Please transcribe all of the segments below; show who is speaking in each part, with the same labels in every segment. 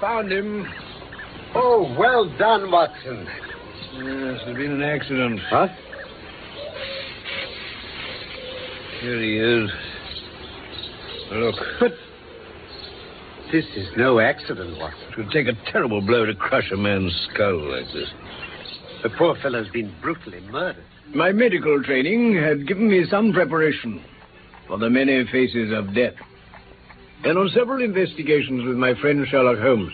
Speaker 1: found him.
Speaker 2: Oh, well done, Watson.
Speaker 1: Yes, there's been an accident.
Speaker 2: Huh?
Speaker 1: Here he is. Look,
Speaker 2: But this is no accident, Watson.
Speaker 1: it would take a terrible blow to crush a man's skull like this.
Speaker 2: The poor fellow's been brutally murdered.
Speaker 3: My medical training had given me some preparation for the many faces of death. And on several investigations with my friend Sherlock Holmes,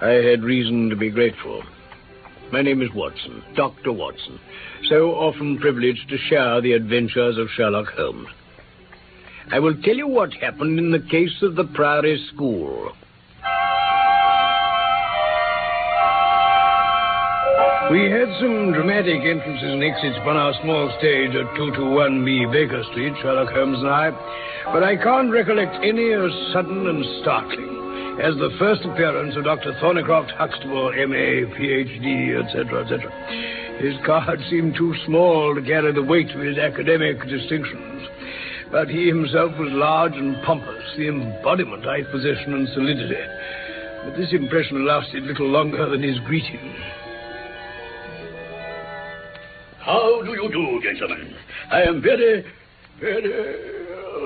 Speaker 3: I had reason to be grateful. My name is Watson, Dr. Watson, so often privileged to share the adventures of Sherlock Holmes. I will tell you what happened in the case of the Priory School. We had some dramatic entrances and exits upon our small stage at 221B Baker Street, Sherlock Holmes and I, but I can't recollect any as sudden and startling as the first appearance of Dr. Thornycroft Huxtable, M.A., Ph.D., etc., etc. His card seemed too small to carry the weight of his academic distinctions, but he himself was large and pompous, the embodiment, I possession, and solidity. But this impression lasted little longer than his greeting.
Speaker 4: How do you do, gentlemen? I am very, very.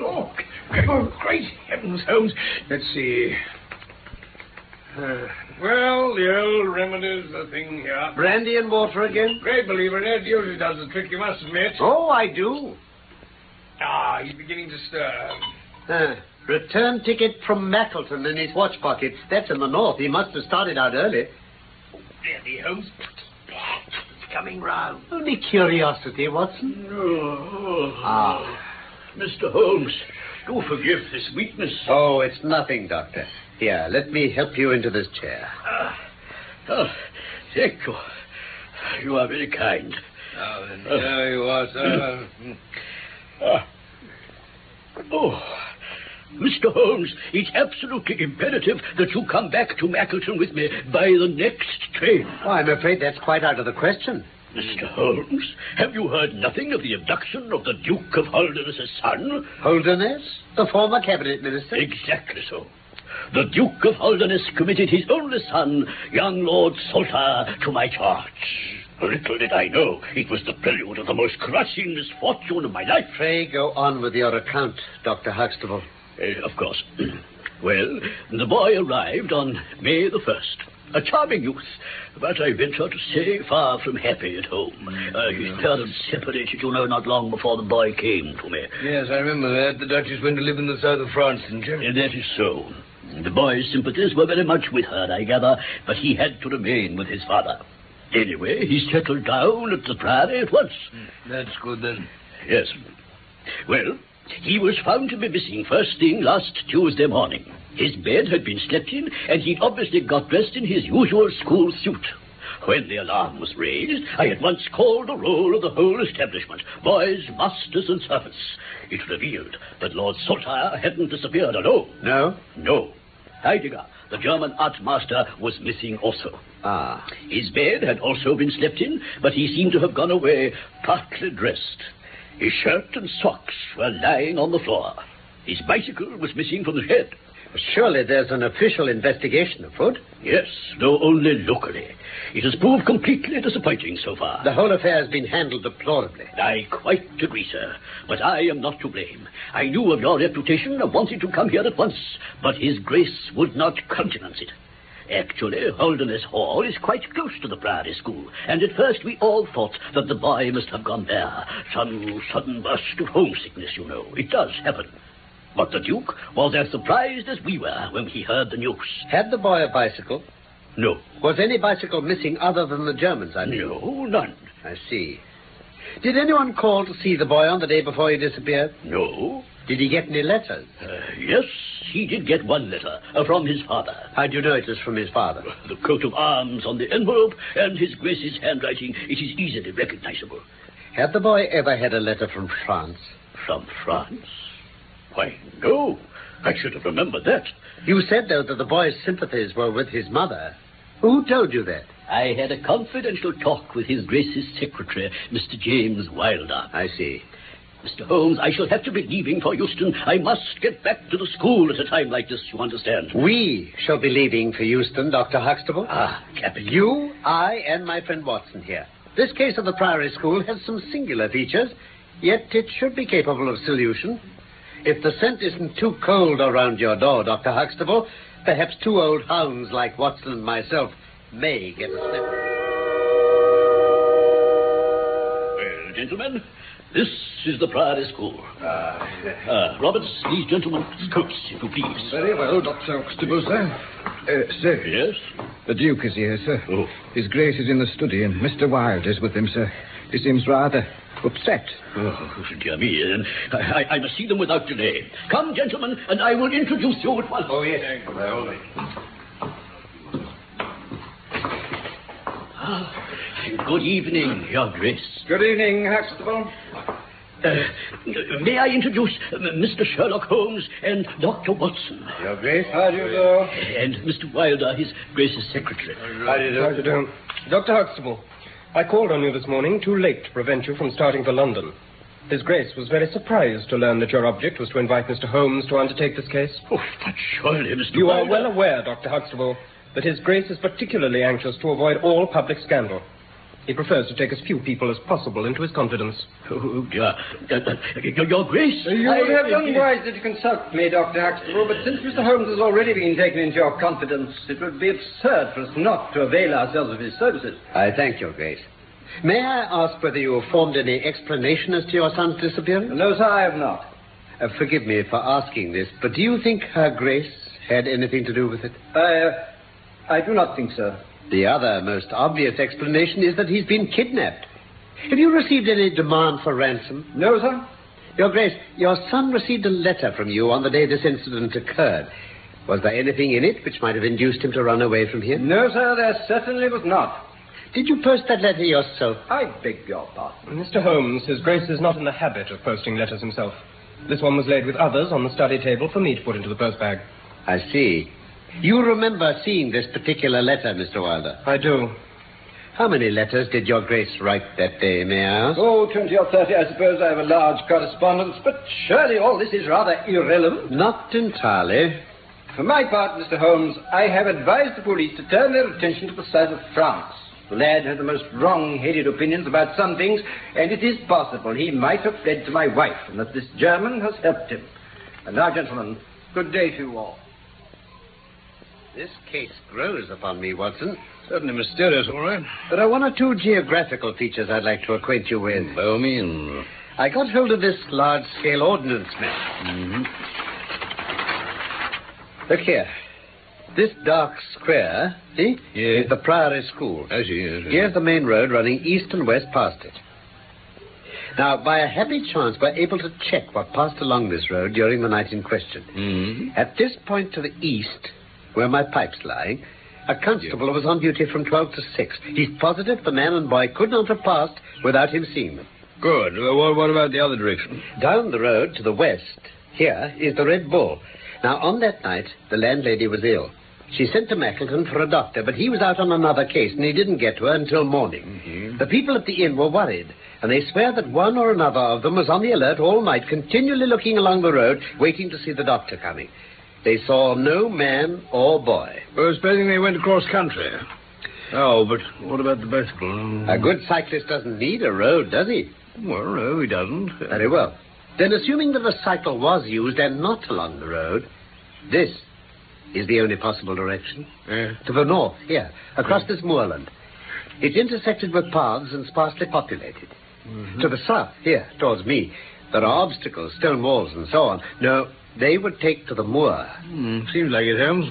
Speaker 3: Oh, great, oh, great heavens, Holmes. Let's see. Uh, well, the old remedy's the thing here.
Speaker 2: Brandy and water again?
Speaker 3: Great believer in it. Usually does the trick, you must admit.
Speaker 2: Oh, I do.
Speaker 3: Ah, he's beginning to stir.
Speaker 2: Uh, return ticket from Mackleton in his watch pocket. That's in the north. He must have started out early.
Speaker 3: Really, Holmes? It's coming round.
Speaker 2: Only curiosity, Watson. Ah.
Speaker 4: Mr. Holmes, do forgive this weakness.
Speaker 2: Oh, it's nothing, Doctor. Here, let me help you into this chair.
Speaker 4: Ah, oh, thank you. You are very kind.
Speaker 1: Now then, there you are, sir.
Speaker 4: Ah. Oh, Mr. Holmes, it's absolutely imperative that you come back to Mackleton with me by the next train.
Speaker 2: Oh, I'm afraid that's quite out of the question.
Speaker 4: Mr. Holmes, have you heard nothing of the abduction of the Duke of Holderness's son?
Speaker 2: Holderness, the former cabinet minister.
Speaker 4: Exactly so. The Duke of Holderness committed his only son, young Lord Salter, to my charge. Little did I know it was the prelude of the most crushing misfortune of my life.
Speaker 2: Pray go on with your account, Dr. Huxtable.
Speaker 4: Uh, of course. well, the boy arrived on May the 1st. A charming youth, but I venture to say far from happy at home.
Speaker 1: Mm,
Speaker 4: Uh, his parents separated, you know, not long before the boy came to me.
Speaker 1: Yes, I remember that. The Duchess went to live in the south of France, didn't she?
Speaker 4: And Eh, that is so. The boy's sympathies were very much with her, I gather, but he had to remain with his father. Anyway, he settled down at the Priory at once.
Speaker 1: That's good then.
Speaker 4: Yes. Well, he was found to be missing first thing last Tuesday morning. His bed had been slept in, and he'd obviously got dressed in his usual school suit. When the alarm was raised, I at once called the roll of the whole establishment boys, masters, and servants. It revealed that Lord Saltire hadn't disappeared alone.
Speaker 2: No?
Speaker 4: No. Heidegger, the German art master, was missing also.
Speaker 2: Ah.
Speaker 4: His bed had also been slept in, but he seemed to have gone away partly dressed. His shirt and socks were lying on the floor. His bicycle was missing from the shed.
Speaker 2: Surely there's an official investigation afoot.
Speaker 4: Yes, though only locally. It has proved completely disappointing so far.
Speaker 2: The whole affair has been handled deplorably.
Speaker 4: I quite agree, sir. But I am not to blame. I knew of your reputation and wanted to come here at once, but His Grace would not countenance it. Actually, Holderness Hall is quite close to the Priory School, and at first we all thought that the boy must have gone there. Some sudden burst of homesickness, you know. It does happen. But the Duke was as surprised as we were when he heard the news.
Speaker 2: Had the boy a bicycle?
Speaker 4: No,
Speaker 2: Was any bicycle missing other than the German's, I mean?
Speaker 4: no, none.
Speaker 2: I see. Did anyone call to see the boy on the day before he disappeared?
Speaker 4: No.
Speaker 2: Did he get any letters?
Speaker 4: Uh, yes, he did get one letter uh, from his father.
Speaker 2: How do you know it was from his father?
Speaker 4: The coat of arms on the envelope and his Grace's handwriting, it is easily recognizable.
Speaker 2: Had the boy ever had a letter from France?
Speaker 4: From France? Why, no. I should have remembered that.
Speaker 2: You said, though, that the boy's sympathies were with his mother. Who told you that?
Speaker 4: I had a confidential talk with His Grace's secretary, Mr. James Wilder.
Speaker 2: I see.
Speaker 4: Mr. Holmes, I shall have to be leaving for Euston. I must get back to the school at a time like this, you understand.
Speaker 2: We shall be leaving for Euston, Dr. Huxtable.
Speaker 4: Ah, Captain.
Speaker 2: You, I, and my friend Watson here. This case of the Priory School has some singular features, yet it should be capable of solution. If the scent isn't too cold around your door, Dr. Huxtable, perhaps two old hounds like Watson and myself may get a sniff.
Speaker 4: Well, gentlemen, this is the Priory School. Ah, Roberts, these gentlemen's coats, if you please.
Speaker 3: Very well, Dr. Huxtable, sir. Uh, sir,
Speaker 4: Yes?
Speaker 3: the Duke is here, sir.
Speaker 4: Oh.
Speaker 3: His Grace is in the study, and Mr. Wilde is with him, sir. He seems rather upset.
Speaker 4: Oh, dear me, then. I, I, I must see them without delay. Come, gentlemen, and I will introduce you at once.
Speaker 3: Oh, yes.
Speaker 4: Ah, Good evening, Your Grace.
Speaker 3: Good evening, Huxtable.
Speaker 4: Uh, may I introduce uh, Mr. Sherlock Holmes and Dr. Watson?
Speaker 3: Your Grace. How do you do?
Speaker 4: And Mr. Wilder, his Grace's secretary.
Speaker 3: How do you
Speaker 5: How do you do? Dr. Huxtable, I called on you this morning too late to prevent you from starting for London. His Grace was very surprised to learn that your object was to invite Mr. Holmes to undertake this case.
Speaker 4: Oh, but surely, Mr.
Speaker 5: You are
Speaker 4: Wilder.
Speaker 5: well uh, aware, Dr. Huxtable, that His Grace is particularly anxious to avoid all public scandal. He prefers to take as few people as possible into his confidence.
Speaker 4: Oh, dear. Uh, uh, Your, your Grace?
Speaker 6: You
Speaker 4: I-
Speaker 6: would have done wisely to consult me, Dr. Huxtable, but since Mr. Holmes has already been taken into your confidence, it would be absurd for us not to avail ourselves of his services.
Speaker 2: I thank your grace. May I ask whether you have formed any explanation as to your son's disappearance?
Speaker 6: No, sir, I have not.
Speaker 2: Uh, forgive me for asking this, but do you think her grace had anything to do with it?
Speaker 6: I, uh, I do not think so.
Speaker 2: The other most obvious explanation is that he's been kidnapped. Have you received any demand for ransom?
Speaker 6: No, sir?
Speaker 2: Your Grace, your son received a letter from you on the day this incident occurred. Was there anything in it which might have induced him to run away from here?
Speaker 6: No, sir, there certainly was not.
Speaker 2: Did you post that letter yourself?
Speaker 6: I beg your pardon.
Speaker 5: Mr. Holmes, His Grace is not in the habit of posting letters himself. This one was laid with others on the study table for me to put into the post bag.
Speaker 2: I see. You remember seeing this particular letter, Mr. Wilder.
Speaker 5: I do.
Speaker 2: How many letters did your Grace write that day, may I ask?
Speaker 6: Oh, 20 or 30, I suppose I have a large correspondence, but surely all this is rather irrelevant.
Speaker 2: Not entirely.
Speaker 6: For my part, Mr. Holmes, I have advised the police to turn their attention to the south of France. The lad had the most wrong-headed opinions about some things, and it is possible he might have fled to my wife, and that this German has helped him. And now, gentlemen, good day to you all.
Speaker 2: This case grows upon me, Watson.
Speaker 3: Certainly mysterious, all right.
Speaker 2: There are one or two geographical features I'd like to acquaint you with.
Speaker 1: By all means.
Speaker 2: I got hold of this large scale ordnance map. Look here. This dark square, see?
Speaker 1: Yes.
Speaker 2: Is the Priory School.
Speaker 1: I see, yes, yes.
Speaker 2: Here's the main road running east and west past it. Now, by a happy chance, we're able to check what passed along this road during the night in question.
Speaker 1: Mhm.
Speaker 2: At this point to the east, where my pipe's lying, a constable was on duty from 12 to 6. He's positive the man and boy could not have passed without him seeing them.
Speaker 1: Good. Well, what, what about the other direction?
Speaker 2: Down the road to the west, here is the Red Bull. Now, on that night, the landlady was ill. She sent to Mackleton for a doctor, but he was out on another case and he didn't get to her until morning. The people at the inn were worried, and they swear that one or another of them was on the alert all night, continually looking along the road, waiting to see the doctor coming. They saw no man or boy.
Speaker 3: Well, supposing they went across country. Oh, but what about the bicycle?
Speaker 2: A Uh, good cyclist doesn't need a road, does he?
Speaker 3: Well, no, he doesn't.
Speaker 2: Very well. Then, assuming that a cycle was used and not along the road, this is the only possible direction.
Speaker 3: Yeah.
Speaker 2: To the north, here, across this moorland. It's intersected with paths and sparsely populated. To the south, here, towards me, there are obstacles, stone walls, and so on. No, they would take to the moor.
Speaker 3: Hmm, seems like it, Holmes.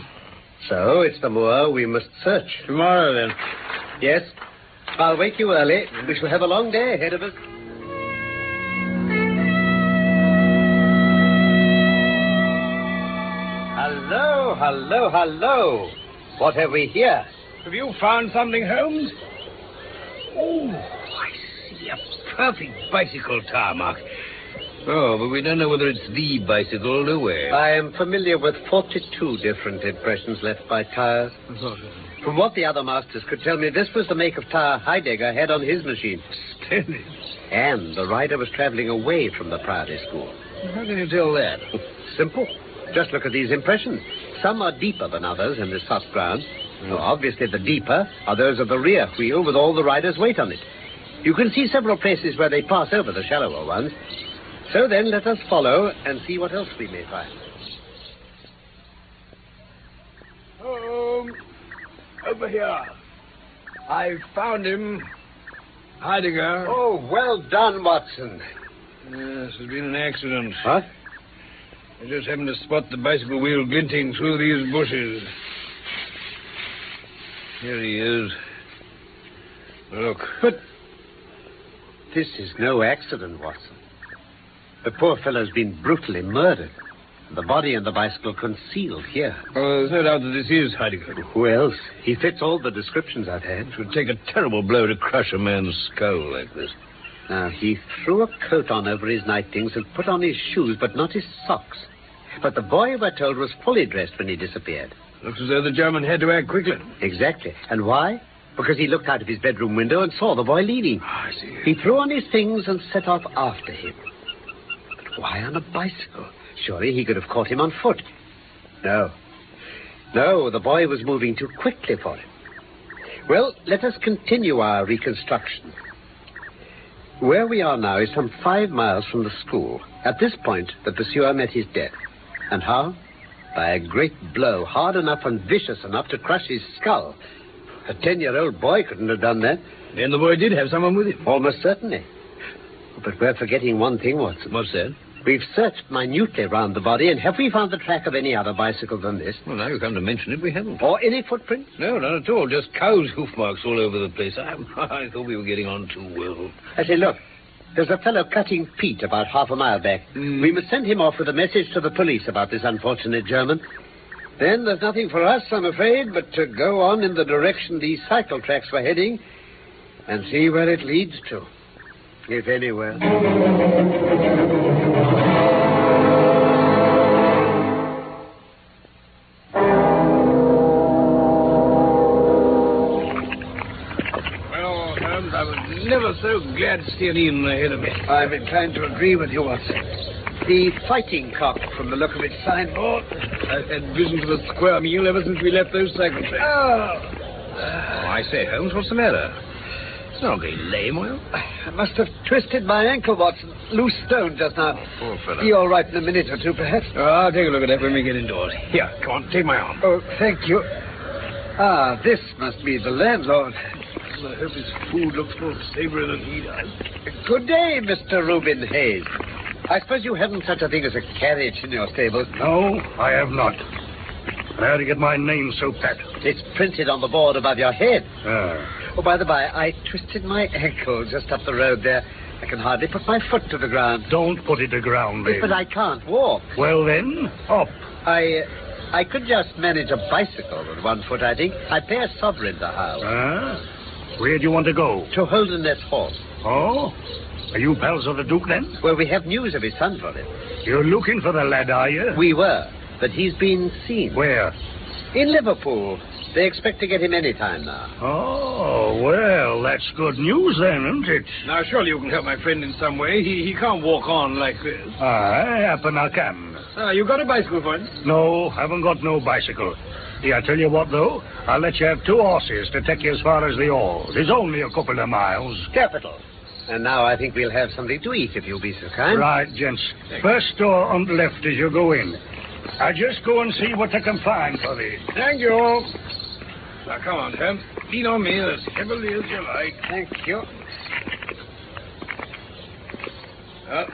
Speaker 2: So it's the moor we must search.
Speaker 3: Tomorrow, then.
Speaker 2: Yes? I'll wake you early. We shall have a long day ahead of us. Hello, hello, hello. What have we here?
Speaker 3: Have you found something, Holmes?
Speaker 1: Oh, I see a perfect bicycle tarmac. Oh, but we don't know whether it's the bicycle, do we?
Speaker 2: I am familiar with 42 different impressions left by tires. From what the other masters could tell me, this was the make of tire Heidegger had on his machine.
Speaker 1: Splendid.
Speaker 2: And the rider was traveling away from the Priory School.
Speaker 1: How can you tell that?
Speaker 2: Simple. Just look at these impressions. Some are deeper than others in this soft ground. So obviously, the deeper are those of the rear wheel with all the rider's weight on it. You can see several places where they pass over the shallower ones. So then, let us follow and see what else we may find.
Speaker 3: Home. Um, Over here. I found him. Heidegger.
Speaker 2: Oh, well done, Watson.
Speaker 3: Yes, there's been an accident.
Speaker 2: What?
Speaker 3: I just happened to spot the bicycle wheel glinting through these bushes. Here he is. Look.
Speaker 2: But this is no accident, Watson. The poor fellow's been brutally murdered. The body and the bicycle concealed here.
Speaker 3: Well, there's no doubt that this is Heidegger.
Speaker 2: Who else? He fits all the descriptions I've had.
Speaker 3: It would take a terrible blow to crush a man's skull like this.
Speaker 2: Now, he threw a coat on over his night things and put on his shoes, but not his socks. But the boy, we're told, was fully dressed when he disappeared.
Speaker 3: Looks as though the German had to act quickly.
Speaker 2: Exactly. And why? Because he looked out of his bedroom window and saw the boy leaving.
Speaker 3: Ah, I see.
Speaker 2: He threw on his things and set off after him. But why on a bicycle? Surely he could have caught him on foot. No. No, the boy was moving too quickly for him. Well, let us continue our reconstruction. Where we are now is some five miles from the school. At this point, the pursuer met his death. And how? By a great blow, hard enough and vicious enough to crush his skull. A ten year old boy couldn't have done that.
Speaker 3: Then the boy did have someone with him.
Speaker 2: Almost certainly. But we're forgetting one thing, Watson.
Speaker 3: What's that?
Speaker 2: We've searched minutely round the body, and have we found the track of any other bicycle than this?
Speaker 3: Well, now you come to mention it, we haven't.
Speaker 2: Or any footprints?
Speaker 3: No, not at all. Just cow's hoof marks all over the place. I, I thought we were getting on too well.
Speaker 2: I say, look, there's a fellow cutting peat about half a mile back. We must send him off with a message to the police about this unfortunate German. Then there's nothing for us, I'm afraid, but to go on in the direction these cycle tracks were heading and see where it leads to, if anywhere.
Speaker 3: Well, Holmes, I was never so glad to see an Ian ahead of me.
Speaker 2: I'm inclined to agree with you, Watson. The fighting cock, from the look of its oh, signboard.
Speaker 3: I've had visions of a square meal ever since we left those cycle tracks.
Speaker 2: Oh,
Speaker 3: Oh, I say, Holmes, what's the matter? It's not going lame, will it?
Speaker 2: I must have twisted my ankle, Watson. Loose stone just now.
Speaker 3: Poor fellow.
Speaker 2: Be all right in a minute or two, perhaps.
Speaker 3: Oh, I'll take a look at that when we get indoors. Here, come on, take my arm.
Speaker 2: Oh, thank you. Ah, this must be the landlord.
Speaker 3: I hope his food looks more savory than he does.
Speaker 2: Good day, Mr. Reuben Hayes. I suppose you haven't such a thing as a carriage in your stables.
Speaker 3: No, I have not. Where to get my name so pat?
Speaker 2: It's printed on the board above your head.
Speaker 3: Ah.
Speaker 2: Oh, by the by, I twisted my ankle just up the road there. I can hardly put my foot to the ground.
Speaker 3: Don't put it to ground, then.
Speaker 2: But I can't walk.
Speaker 3: Well, then, up.
Speaker 2: I, I could just manage a bicycle with one foot, I think. I pay a sovereign to Howell.
Speaker 3: Ah? Where do you want to go?
Speaker 2: To Holderness Hall.
Speaker 3: Oh? Are you pals of the Duke, then?
Speaker 2: Well, we have news of his son for him.
Speaker 3: You're looking for the lad, are you?
Speaker 2: We were, but he's been seen.
Speaker 3: Where?
Speaker 2: In Liverpool. They expect to get him any time now.
Speaker 3: Oh, well, that's good news, then, isn't it? Now, surely you can help my friend in some way. He, he can't walk on like this.
Speaker 7: I happen I can.
Speaker 3: Ah, you got a bicycle for him?
Speaker 7: No, haven't got no bicycle. Here, I tell you what, though. I'll let you have two horses to take you as far as the Alls. It's only a couple of miles.
Speaker 2: Capital. And now I think we'll have something to eat, if you'll be so kind.
Speaker 7: Right, gents. First door on the left as you go in. I just go and see what I can find for thee.
Speaker 3: Thank you. Now, come on, Ham. Lean on me as heavily as you like.
Speaker 2: Thank you.
Speaker 3: Up.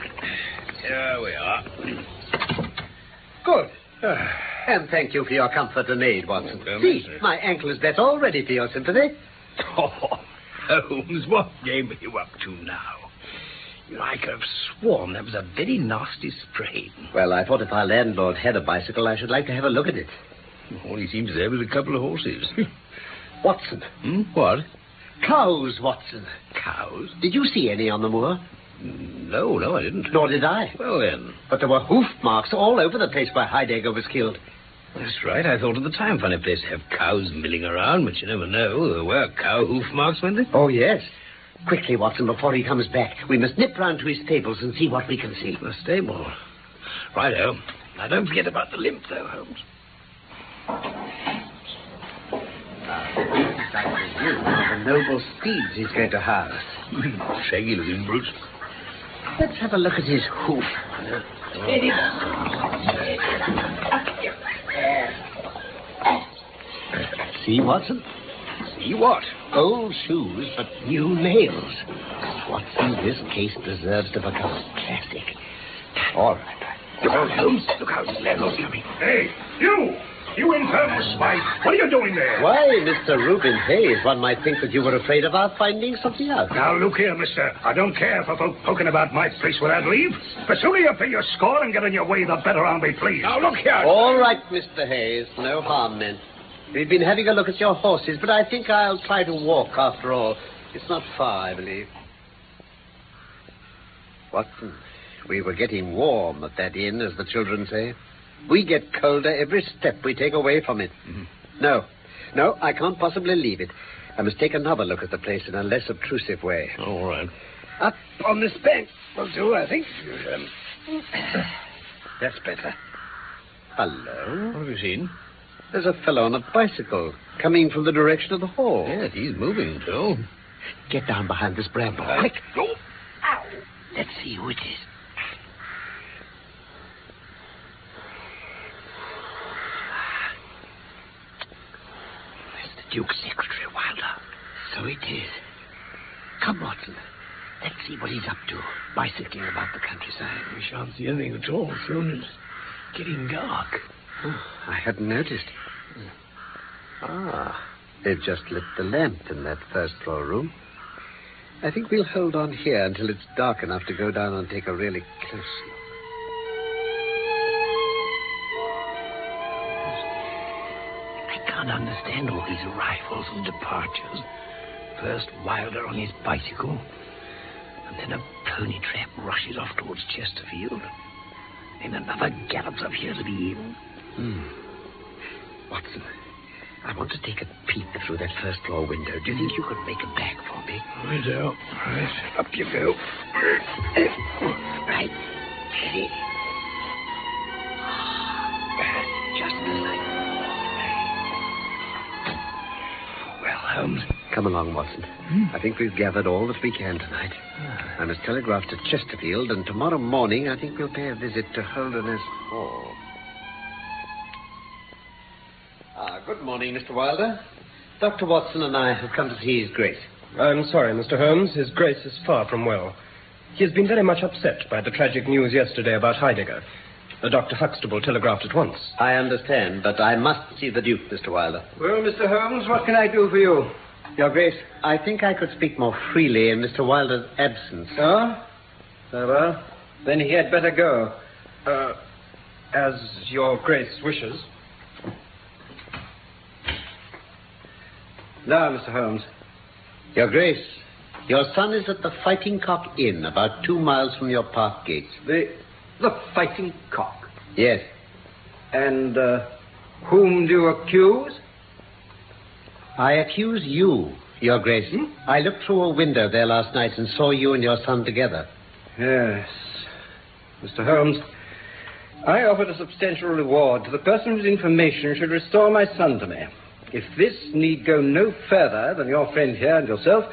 Speaker 3: Here we are.
Speaker 2: Good. and thank you for your comfort and aid, Watson.
Speaker 3: Oh, don't
Speaker 2: See,
Speaker 3: mention it.
Speaker 2: my ankle is better already for your sympathy.
Speaker 3: Oh, Holmes, what game are you up to now? You know, I could have sworn that was a very nasty sprain.
Speaker 2: Well, I thought if our landlord had a bicycle, I should like to have a look at it.
Speaker 3: All he seems to have is a couple of horses.
Speaker 2: Watson.
Speaker 3: hmm? What?
Speaker 2: Cows, Watson.
Speaker 3: Cows?
Speaker 2: Did you see any on the moor?
Speaker 3: No, no, I didn't.
Speaker 2: Nor did I.
Speaker 3: Well, then.
Speaker 2: But there were hoof marks all over the place where Heidegger was killed.
Speaker 3: That's right. I thought at the time, funny place to have cows milling around, but you never know. There were cow hoof marks, weren't there?
Speaker 2: Oh, yes. Quickly, Watson, before he comes back. We must nip round to his stables and see what we can see.
Speaker 1: The stable. Righto. Now, don't forget about the limp, though, Holmes.
Speaker 2: The noble steeds he's going to harness.
Speaker 1: Shaggy looking brute.
Speaker 2: Let's have a look at his hoof.
Speaker 1: Oh.
Speaker 2: See, Watson?
Speaker 1: See what?
Speaker 2: Old shoes, but new nails. Watson, this case deserves to become a classic. All right.
Speaker 1: Look out, Holmes. Look out. Landlord's coming.
Speaker 7: Hey, you! You infernal spite! What are you doing there?
Speaker 2: Why, Mr. Reuben Hayes, one might think that you were afraid of our finding something out.
Speaker 7: Now, look here, mister. I don't care for folk poking about my place without leave. The sooner you pay your score and get on your way, the better I'll be pleased.
Speaker 1: Now, look
Speaker 3: Oh,
Speaker 1: here.
Speaker 2: All right, Mr. Hayes. No harm meant. We've been having a look at your horses, but I think I'll try to walk after all. It's not far, I believe. Watson, we were getting warm at that inn, as the children say. We get colder every step we take away from it. No, no, I can't possibly leave it. I must take another look at the place in a less obtrusive way.
Speaker 1: All right.
Speaker 2: Up
Speaker 1: On this bench will do, I think. Um, that's better.
Speaker 2: Hello.
Speaker 1: What have you seen?
Speaker 2: There's a fellow on a bicycle coming from the direction of the hall.
Speaker 1: Yeah, he's moving, too.
Speaker 2: Get down behind this bramble. Quick.
Speaker 1: Go.
Speaker 2: Let's see who it is. It's the Duke's Secretary, Wilder. So it is. Come, Watson. Let's see what he's up to, bicycling about the countryside.
Speaker 1: We shan't see anything at all soon. It's getting dark.
Speaker 2: Oh, I hadn't noticed. Ah, they've just lit the lamp in that first floor room. I think we'll hold on here until it's dark enough to go down and take a really close look.
Speaker 1: I can't understand all these arrivals and departures. First Wilder on his bicycle, and then a pony trap rushes off towards Chesterfield. Then another gallops up here to the inn. Hmm.
Speaker 2: Watson, I want to take a peek through that first floor window. Do you think you could make a bag for me?
Speaker 1: I do. All right. Up you go.
Speaker 2: Right. Ready? Ah, Just like.
Speaker 1: Well, Holmes.
Speaker 2: Come along, Watson. I think we've gathered all that we can tonight. I must telegraph to Chesterfield, and tomorrow morning I think we'll pay a visit to Holderness Hall. Ah, good morning, Mr. Wilder. Dr. Watson and I have come to see His Grace.
Speaker 5: I'm sorry, Mr. Holmes. His Grace is far from well. He has been very much upset by the tragic news yesterday about Heidegger. Uh, Dr. Huxtable telegraphed at once.
Speaker 2: I understand, but I must see the Duke, Mr. Wilder.
Speaker 6: Well, Mr. Holmes, what can I do for you?
Speaker 2: Your Grace, I think I could speak more freely in Mr. Wilder's absence.
Speaker 6: Huh? Very well. Then he had better go.
Speaker 5: Uh, as your Grace wishes.
Speaker 6: Now, Mr. Holmes.
Speaker 2: Your Grace, your son is at the Fighting Cock Inn, about two miles from your park gates.
Speaker 6: The, the fighting cock.
Speaker 2: Yes,
Speaker 6: And uh, whom do you accuse?
Speaker 2: I accuse you, Your Grace.
Speaker 6: Hmm?
Speaker 2: I looked through a window there last night and saw you and your son together.
Speaker 6: Yes. Mr. Holmes, I offered a substantial reward to the person whose information should restore my son to me. If this need go no further than your friend here and yourself,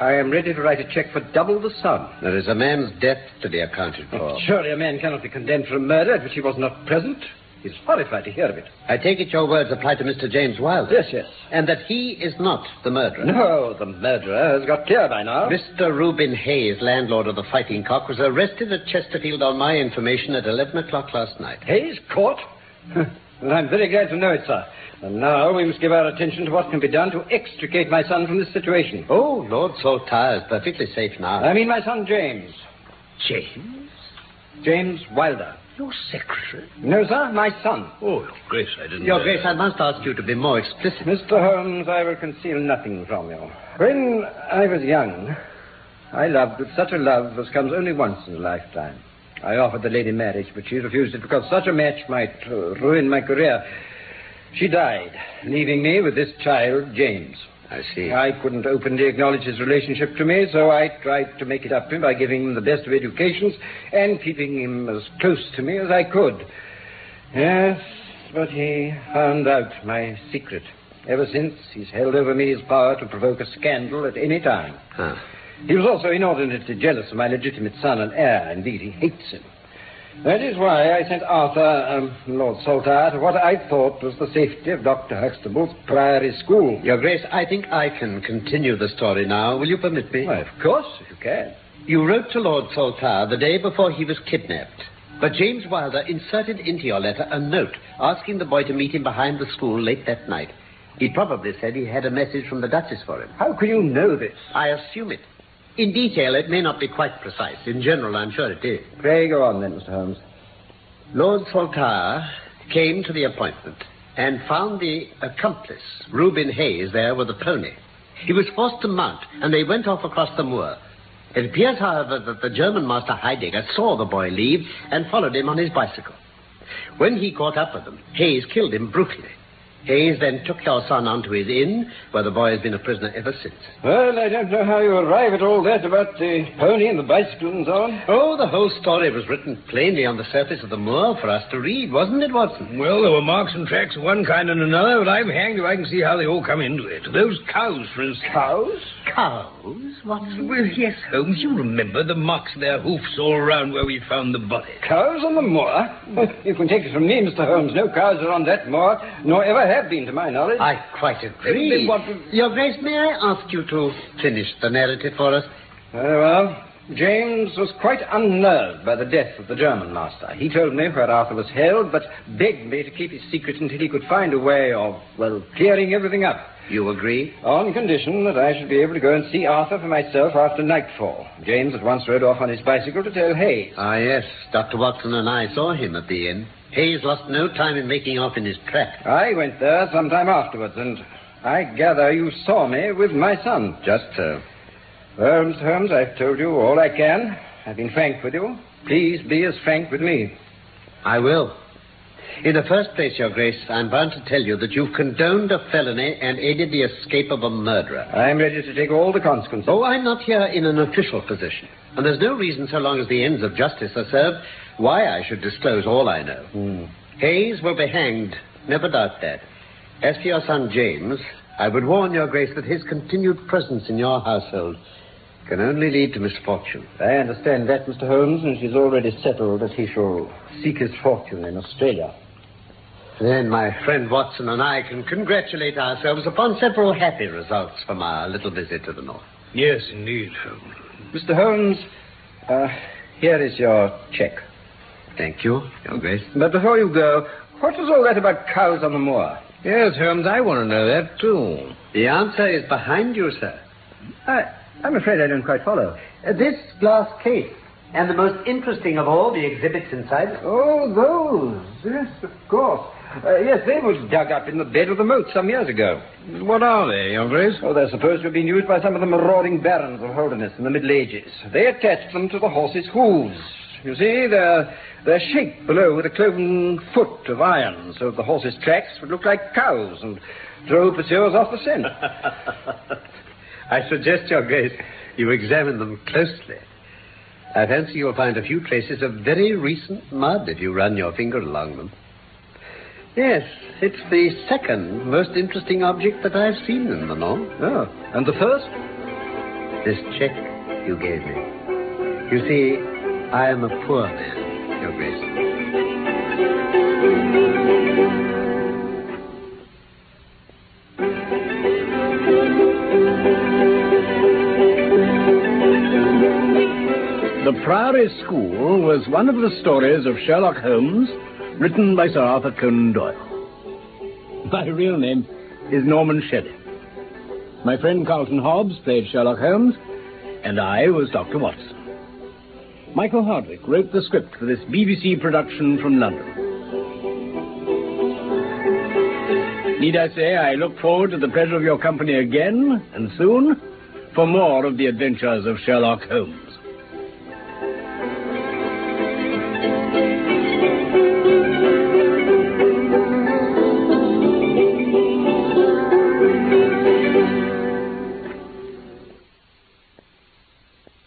Speaker 6: I am ready to write a check for double the sum.
Speaker 2: There is a man's death to be accounted for.
Speaker 6: Surely a man cannot be condemned for a murder at which he was not present. He's horrified to hear of it.
Speaker 2: I take it your words apply to Mr. James Wilder.
Speaker 6: Yes, yes.
Speaker 2: And that he is not the murderer.
Speaker 6: No, the murderer has got clear by now.
Speaker 2: Mr. Reuben Hayes, landlord of the Fighting Cock, was arrested at Chesterfield on my information at 11 o'clock last night.
Speaker 6: Hayes caught? well, I'm very glad to know it, sir. And now we must give our attention to what can be done to extricate my son from this situation.
Speaker 2: Oh, Lord Saltire is perfectly safe now.
Speaker 6: I mean my son James.
Speaker 1: James?
Speaker 6: James Wilder.
Speaker 1: Your secretary?
Speaker 6: No, sir, my son.
Speaker 1: Oh, Your Grace, I didn't.
Speaker 2: Your
Speaker 1: uh,
Speaker 2: Grace, I must ask you to be more explicit.
Speaker 6: Mr. Holmes, I will conceal nothing from you. When I was young, I loved with such a love as comes only once in a lifetime. I offered the lady marriage, but she refused it because such a match might uh, ruin my career. She died, leaving me with this child, James.
Speaker 2: I see.
Speaker 6: I couldn't openly acknowledge his relationship to me, so I tried to make it up to him by giving him the best of educations and keeping him as close to me as I could. Yes, but he found out my secret. Ever since, he's held over me his power to provoke a scandal at any time.
Speaker 2: Huh.
Speaker 6: He was also inordinately jealous of my legitimate son and heir. Indeed, he hates him. That is why I sent Arthur, um, Lord Saltire, to what I thought was the safety of Dr. Huxtable's Priory School.
Speaker 2: Your Grace, I think I can continue the story now. Will you permit me?
Speaker 6: Why, of course, if you can.
Speaker 2: You wrote to Lord Saltire the day before he was kidnapped. But James Wilder inserted into your letter a note asking the boy to meet him behind the school late that night. He probably said he had a message from the Duchess for him.
Speaker 6: How can you know this?
Speaker 2: I assume it. In detail, it may not be quite precise. In general, I'm sure it is.
Speaker 6: Pray go on then, Mr. Holmes.
Speaker 2: Lord Saltire came to the appointment and found the accomplice, Reuben Hayes, there with a pony. He was forced to mount, and they went off across the moor. It appears, however, that the German master Heidegger saw the boy leave and followed him on his bicycle. When he caught up with them, Hayes killed him brutally. Hayes then took your son onto his inn, where the boy has been a prisoner ever since.
Speaker 6: Well, I don't know how you arrive at all that about the pony and the bicycle and so on.
Speaker 2: Oh, the whole story was written plainly on the surface of the moor for us to read, wasn't it, Watson?
Speaker 3: Well, there were marks and tracks of one kind and another, but I'm hanged if I can see how they all come into it. Those cows, for instance. Cows?
Speaker 2: Cows, Watson?
Speaker 3: Well, yes, Holmes, you remember the marks of their hoofs all around where we found the body.
Speaker 6: Cows on the moor? Well, you can take it from me, Mr. Holmes. No cows are on that moor, nor ever have been, to my knowledge.
Speaker 2: I quite agree.
Speaker 6: Then what-
Speaker 2: Your Grace, may I ask you to finish the narrative for us?
Speaker 6: Very well. James was quite unnerved by the death of the German master. He told me where Arthur was held, but begged me to keep his secret until he could find a way of, well, clearing everything up.
Speaker 2: You agree?
Speaker 6: On condition that I should be able to go and see Arthur for myself after nightfall. James at once rode off on his bicycle to tell Hayes.
Speaker 2: Ah, yes. Dr. Watson and I saw him at the inn. Hayes lost no time in making off in his trap.
Speaker 6: I went there some time afterwards, and I gather you saw me with my son.
Speaker 2: Just so.
Speaker 6: Well, Mr. Holmes, I've told you all I can. I've been frank with you. Please be as frank with me.
Speaker 2: I will. In the first place, Your Grace, I'm bound to tell you that you've condoned a felony and aided the escape of a murderer.
Speaker 6: I'm ready to take all the consequences.
Speaker 2: Oh, I'm not here in an official position. And there's no reason, so long as the ends of justice are served, why I should disclose all I know.
Speaker 6: Hmm.
Speaker 2: Hayes will be hanged. Never doubt that. As for your son James, I would warn your grace that his continued presence in your household can only lead to misfortune.
Speaker 6: I understand that, Mr. Holmes, and it is already settled that he shall seek his fortune in Australia.
Speaker 2: Then my friend Watson and I can congratulate ourselves upon several happy results from our little visit to the North.
Speaker 3: Yes, indeed, Holmes.
Speaker 6: Mr. Holmes, uh, here is your check.
Speaker 2: Thank you, your grace.
Speaker 6: But before you go, what was all that about cows on the moor?
Speaker 3: Yes, Holmes, I want to know that, too.
Speaker 2: The answer is behind you, sir.
Speaker 6: I, I'm afraid I don't quite follow.
Speaker 2: This glass case, and the most interesting of all the exhibits inside,
Speaker 6: Oh, those. Yes, of course. Uh, yes, they were dug up in the bed of the moat some years ago.
Speaker 3: What are they, Your Grace?
Speaker 6: Oh, they're supposed to have been used by some of the marauding barons of holiness in the Middle Ages. They attached them to the horse's hooves. You see, they're, they're shaped below with a cloven foot of iron, so the horse's tracks would look like cows and throw pursuers off the scent.
Speaker 2: I suggest, Your Grace, you examine them closely. I fancy you'll find a few traces of very recent mud if you run your finger along them. Yes, it's the second most interesting object that I've seen in the north.
Speaker 6: oh, and the first?
Speaker 2: This check you gave me. You see, I am a poor man, Your Grace.
Speaker 8: The Priory School was one of the stories of Sherlock Holmes written by Sir Arthur Conan Doyle. My real name is Norman Shelley. My friend Carlton Hobbs played Sherlock Holmes, and I was Dr. Watson. Michael Hardwick wrote the script for this BBC production from London. Need I say I look forward to the pleasure of your company again, and soon, for more of the adventures of Sherlock Holmes.